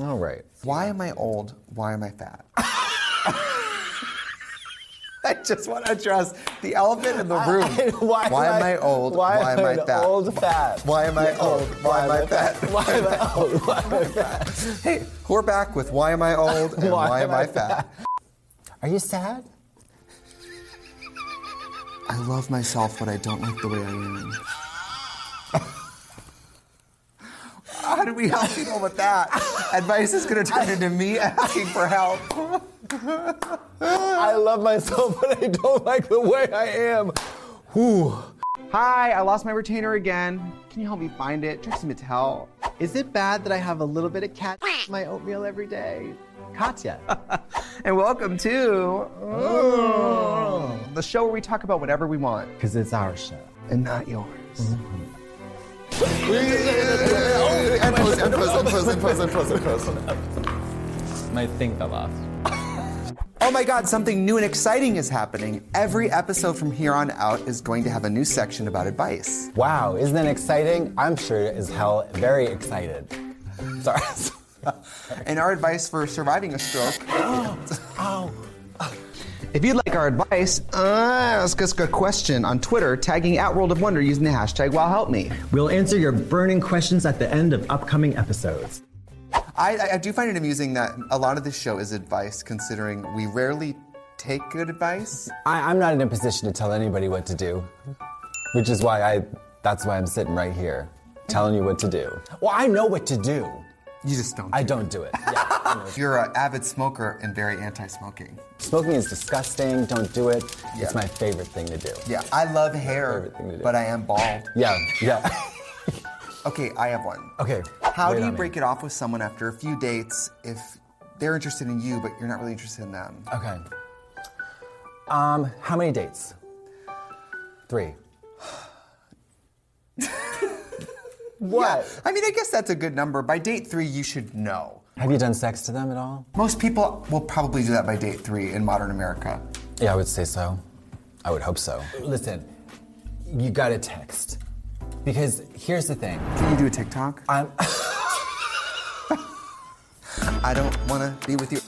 All right. Why am I old? Why am I fat? I just want to address the elephant in the room. why am I old? why Why, am am I an I fat? old fat? Why am I old? Why am I fat? Why am I old? Why am I fat? Hey, we're back with why am I old and why, am I fat? Are you sad? I love myself, but I don't like the way I am. How do we help people with that? Advice is going to turn into me asking for help. I love myself, but I don't like the way I am. Whew. Hi, I lost my retainer again. Can you help me find it? Trixie Mattel. Is it bad that I have a little bit of cat in my oatmeal every day? Katya. And welcome to Oh. the show where we talk about whatever we want Because it's our show. and not yours. Mm-hmm. And pose, and pose, and pose, and pose, and pose, and pose. I think I lost. Oh my God, something new and exciting is happening. Every episode from here on out is going to have a new section about advice. Wow, isn't that exciting? I'm sure as hell very excited. Sorry. And our advice for surviving a stroke Ow. Oh, If you'd like our advice, uh, ask us a question on Twitter, tagging at World of Wonder using the hashtag WowHelpMe. We'll answer your burning questions at the end of upcoming episodes. I, I, I do find it amusing that a lot of this show is advice, considering we rarely take good advice. I, I'm not in a position to tell anybody what to do, which is why I, that's why I'm sitting right here telling you what to do. Well, I know what to do. You just don't. I don't do it. Yeah, I know. You're an avid smoker and very anti-smoking. Smoking is disgusting. Don't do it. Yeah. It's my favorite thing to do. Yeah, I love hair, Favorite thing to do. but I am bald. Yeah, yeah. Okay, I have one. Okay. How wait do you on me. break it off with someone after a few dates if they're interested in you, but you're not really interested in them? Okay. Um, how many dates? Three. what? I mean, I guess that's a good number. By date three, you should know. Have you done sex to them at all? Most people will probably do that by date three in modern America. Yeah, I would say so. I would hope so. Listen, you gotta text. Because here's the thing. Can you do a TikTok? I'm I don't want to be with you.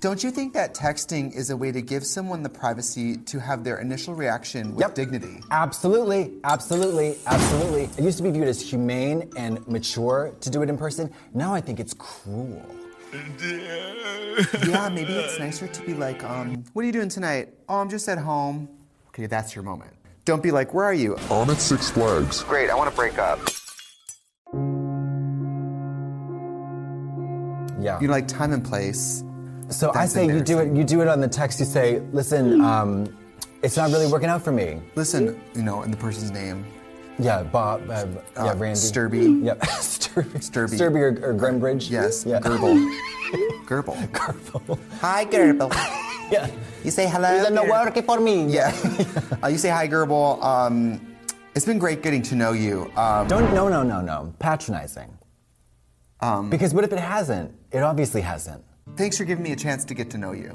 Don't you think that texting is a way to give someone the privacy to have their initial reaction with Yep. dignity? Absolutely, absolutely, absolutely. It used to be viewed as humane and mature to do it in person. Now I think it's cruel. Yeah, maybe it's nicer to be like, um, what are you doing tonight? Oh, I'm just at home. Okay, that's your moment. Don't be like, where are you? I'm at Six Flags. Oh, Great, I want to break up. Yeah. You know, like time and place. So I That's say you do it. embarrassing. You do it on the text. You say, "Listen, um, it's not really working out for me." Listen, you know, in the person's name. Yeah, Bob. Uh, yeah, Uh, Randy. Sturby. Yep. Sturby. Sturby. Sturby or, or Grimbridge. Yes, Yeah. Gerbil. Gerbil. Gerbil. Hi, Gerbil. yeah. You say hello. Is it not Gerbil. working for me? Yeah. uh, you say hi, Gerbil. Um, it's been great getting to know you. Um, Don't. No. No. No. No. Patronizing. Um. because what if it hasn't? It obviously hasn't. thanks for giving me a chance to get to know you.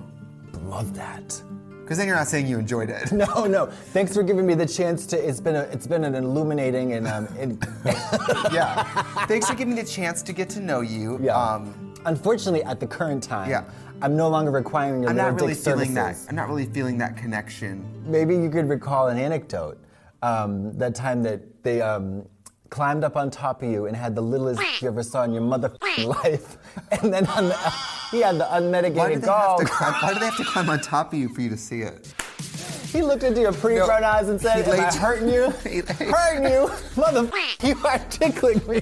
Love that. Because then you're not saying you enjoyed it. No, no. Thanks for giving me the chance to. It's been a, it's been an illuminating and um. in yeah. Thanks for giving me the chance to get to know you. Um, yeah. Unfortunately, at the current time, Yeah. I'm no longer requiring your I'm little not really dick feeling that. services. I'm not really feeling that connection. Maybe you could recall an anecdote. Um, that time that they um, climbed up on top of you and had the littlest you ever saw in your motherfucking life, and then on the, he had the Why do, unmedicated they have gall. to climb, why do they have to climb on top of you for you to see it? He looked into your pretty brown eyes and said, he "Am I laid- hurting you? he laid- hurting you, motherfucker? You are tickling me."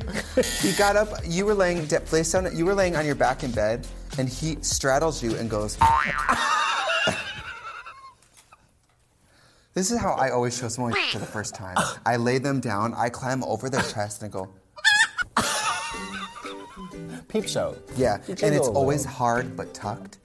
He got up. You were laying de- placed on. You were laying on your back in bed, and he straddles you and goes. this is how I always show someone for the first time. I lay them down. I climb over their chest and go. Peep show. Yeah, You and jingle it's a little. always hard but tucked.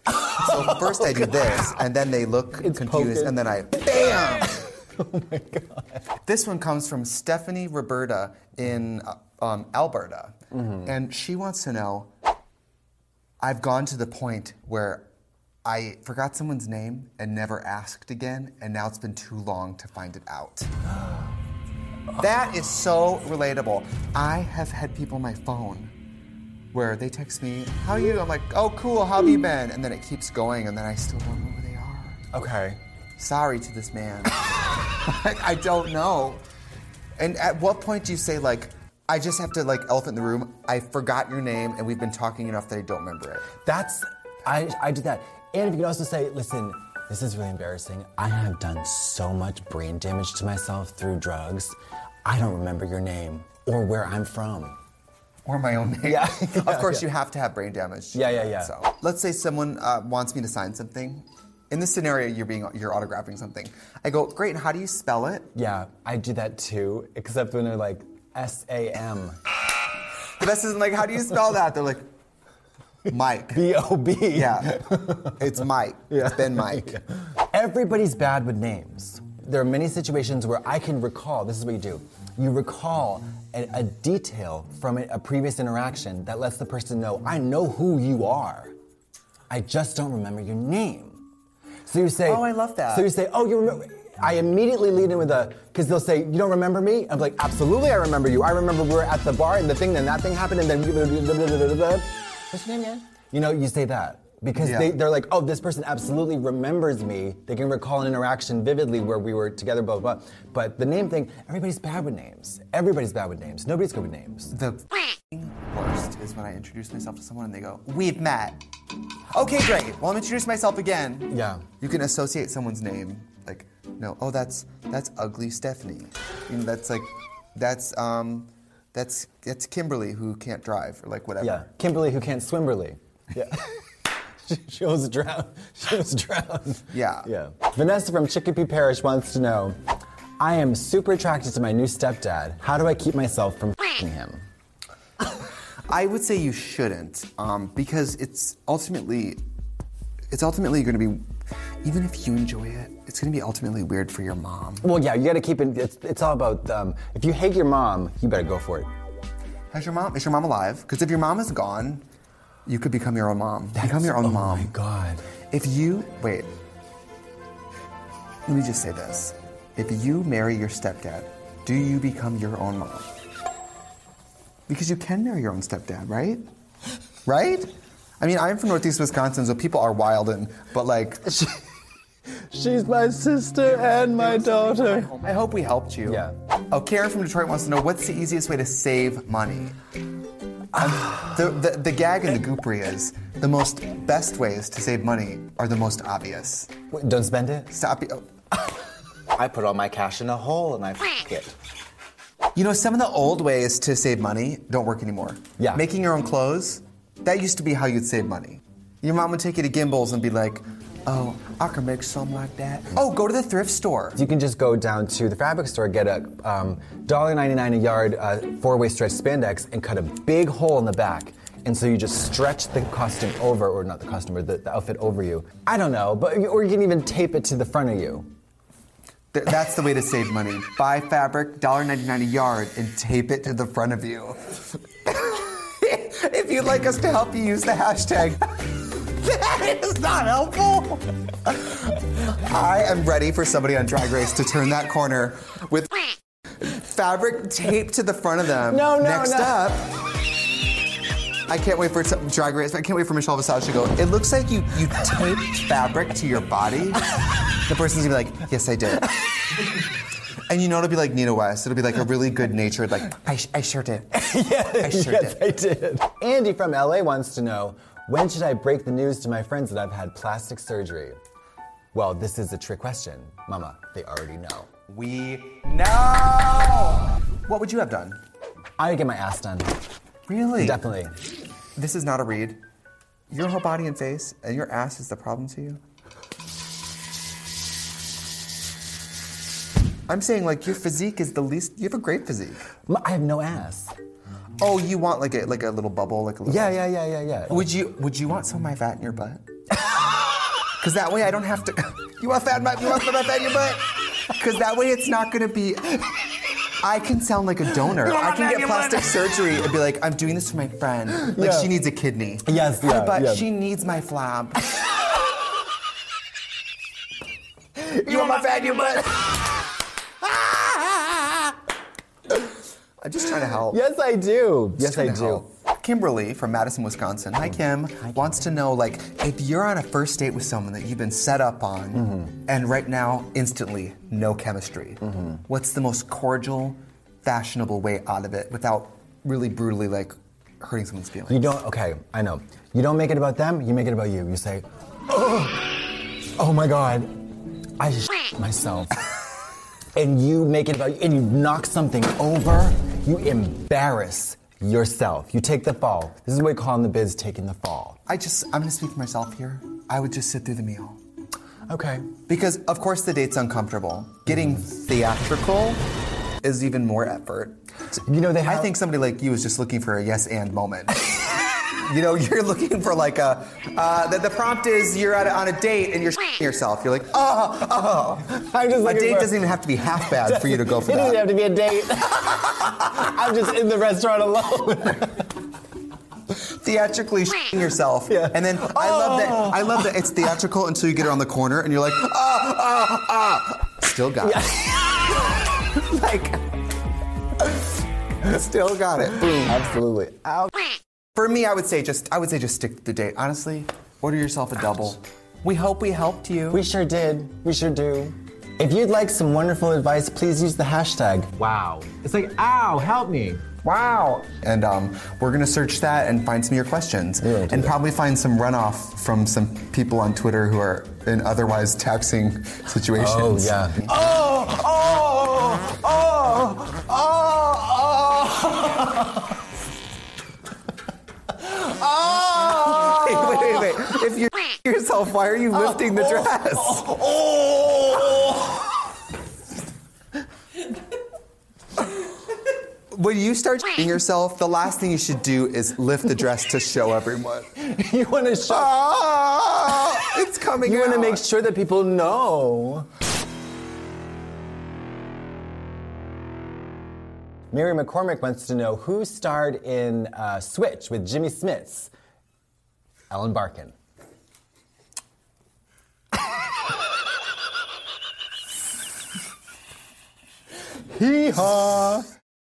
So first I do this, and then they look Oh, It's poking. confused, Oh, and then I bam. This one comes from Stephanie Roberta in uh, um, Alberta, Mm-hmm. and she wants to know. I've gone to the point where I forgot someone's name and never asked again, and now it's been too long to find it out. That is so relatable. I have had people on my phone where they text me, How are you? I'm like, Oh, cool. How have you been? And then it keeps going, and then I still don't know where they are. Okay. Sorry to this man. Like, I don't know. And at what point do you say, like, I just have to, like, elephant in the room, I forgot your name, and we've been talking enough that I don't remember it? That's I I did that. And if you can also say, listen, this is really embarrassing. I have done so much brain damage to myself through drugs. I don't remember your name or where I'm from. Or my own name. Yeah. of course, Yeah. you have to have brain damage. to Yeah, do yeah, that, yeah. So let's say someone uh, wants me to sign something. In this scenario, you're being you're autographing something. I go, great. And how do you spell it? Yeah, I do that too, except when they're like S A M The best is like, how do you spell that? They're like, Mike. B O B. Yeah, it's Mike. It's been Mike. Everybody's bad with names. There are many situations where I can recall, this is what you do. You recall a, a detail from a, a previous interaction that lets the person know, I know who you are. I just don't remember your name. So you say, Oh, I love that. So you say, Oh, you remember. I immediately lead in with a, because they'll say, You don't remember me? I'm like, Absolutely, I remember you. I remember we were at the bar and the thing, then that thing happened, and then. What's your name again? You know, you say that. Because Yeah. they, they're like, oh, this person absolutely remembers me. They can recall an interaction vividly where we were together, blah, blah, blah. But the name thing, everybody's bad with names. Everybody's bad with names. Nobody's good with names. The f***ing worst is when I introduce myself to someone and they go, "We've met." Okay, great. Well, I'm introduce myself again. Yeah. You can associate someone's name, like, no, oh, that's that's ugly Stephanie. You know, that's like, that's um, that's that's Kimberly who can't drive or like whatever. Yeah. Kimberly, who can't swim, Kimberly. Yeah. she, she almost drowned. She almost drowned. Yeah. Yeah. Vanessa from Chicopee Parish wants to know I am super attracted to my new stepdad. How do I keep myself from fing him? I would say you shouldn't, um, because it's ultimately, it's ultimately going to be, even if you enjoy it, it's going to be ultimately weird for your mom. Well, yeah, you gotta keep it. It's, it's all about, um, if you hate your mom, you better go for it. How's your mom? Is your mom alive? Because if your mom is gone, you could become your own mom. become your own mom. Oh my God. If you wait, let me just say this: if you marry your stepdad, do you become your own mom? Because you can marry your own stepdad, right? Right? I mean, I'm from Northeast Wisconsin, so people are wild and but like. She's my sister and my daughter. I hope we helped you. Yeah. Oh, Karen from Detroit wants to know what's the easiest way to save money? Um, the, the, the gag and the goopery is the most best ways to save money are the most obvious. Wait, don't spend it. Stop. oh. I put all my cash in a hole and I f it. You know, some of the old ways to save money don't work anymore. Yeah. Making your own clothes, that used to be how you'd save money. Your mom would take you to Gimbals and be like, oh, I can make something like that. Oh, go to the thrift store. You can just go down to the fabric store, get a um, $1.99 a yard uh, four-way stretch spandex, and cut a big hole in the back. And so you just stretch the costume over, or not the costume, or the, the outfit over you. I don't know, but or you can even tape it to the front of you. Th- That's the way to save money. Buy fabric, $1.99 a yard, and tape it to the front of you. if you'd like us to help you, use the hashtag. that is not helpful. I am ready for somebody on Drag Race to turn that corner with fabric taped to the front of them. No, no, Next no. up. I can't wait for some Drag Race. I can't wait for Michelle Visage to go. It looks like you you taped fabric to your body. The person's gonna be like, "Yes, I did." And you know it'll be like Nina West. It'll be like a really good natured like, "I, sh- I sure did." I sure yes, did. I did. Andy from LA wants to know when should I break the news to my friends that I've had plastic surgery? Well, this is a trick question, Mama. They already know. We know. What would you have done? I would get my ass done. Really? Definitely. This is not a read. Your whole body and face and your ass is the problem to you. I'm saying like your physique is the least. You have a great physique. M- I have no ass. Oh, you want like a like a little bubble, like a little. Yeah, yeah, yeah, yeah, yeah. Would you would you want some of my fat in your butt? Because that way I don't have to. You want fat in my you want some of my fat in your butt? Because that way it's not gonna be. I can sound like a donor. I can get plastic surgery and be like, I'm doing this for my friend. Like Yeah. she needs a kidney. Yes, Her yeah, butt, yeah. she needs my flab. you want my fat in your butt? I'm just trying to help. Yes, I do. Just Yes, I trying to do. help. Kimberly from Madison, Wisconsin. Hi, Kim. Wants to know like if you're on a first date with someone that you've been set up on, and right now instantly no chemistry. What's the most cordial, fashionable way out of it without really brutally like hurting someone's feelings? You don't, okay, I know. You don't make it about them, you make it about you. You say, oh, oh my God, I just myself. and you make it about you, and you knock something over, you embarrass yourself. You take the fall. This is what we call in the biz taking the fall. I just I'm gonna speak for myself here. I would just sit through the meal. Okay. Because of course the date's uncomfortable. Getting theatrical is even more effort. You know, they I have- think somebody like you is just looking for a yes and moment. you know, you're looking for like a uh, the, the prompt is you're at a, on a date and you're yourself. You're like, oh, oh. I'm just a looking date for- doesn't even have to be half bad for you to go for It doesn't that. have to be a date. I'm just in the restaurant alone. Theatrically yourself, and then I love that. Oh. I love that it's theatrical until you get around the corner and you're like, ah, ah, ah. Still got it. like, still got it. Boom. Absolutely. Ow. For me, I would say just I would say just stick to the date. Honestly, order yourself a double. We hope we helped you. We sure did. We sure do. If you'd like some wonderful advice, please use the hashtag Wow. It's like, ow, help me. Wow. and um, we're gonna search that and find some of your questions, Yeah, do and that. probably find some runoff from some people on Twitter who are in otherwise taxing Oh situations. yeah. Oh oh oh oh oh. oh. Wait, wait, wait, wait. If you're yourself, why are you lifting the dress? When you start yourself, the last thing you should do is lift the dress to show everyone. You want to show? Ah, it's coming you want to out. make sure that people know. Mary McCormick wants to know who starred in uh, Switch with Jimmy Smits. Ellen Barkin. Hee haw!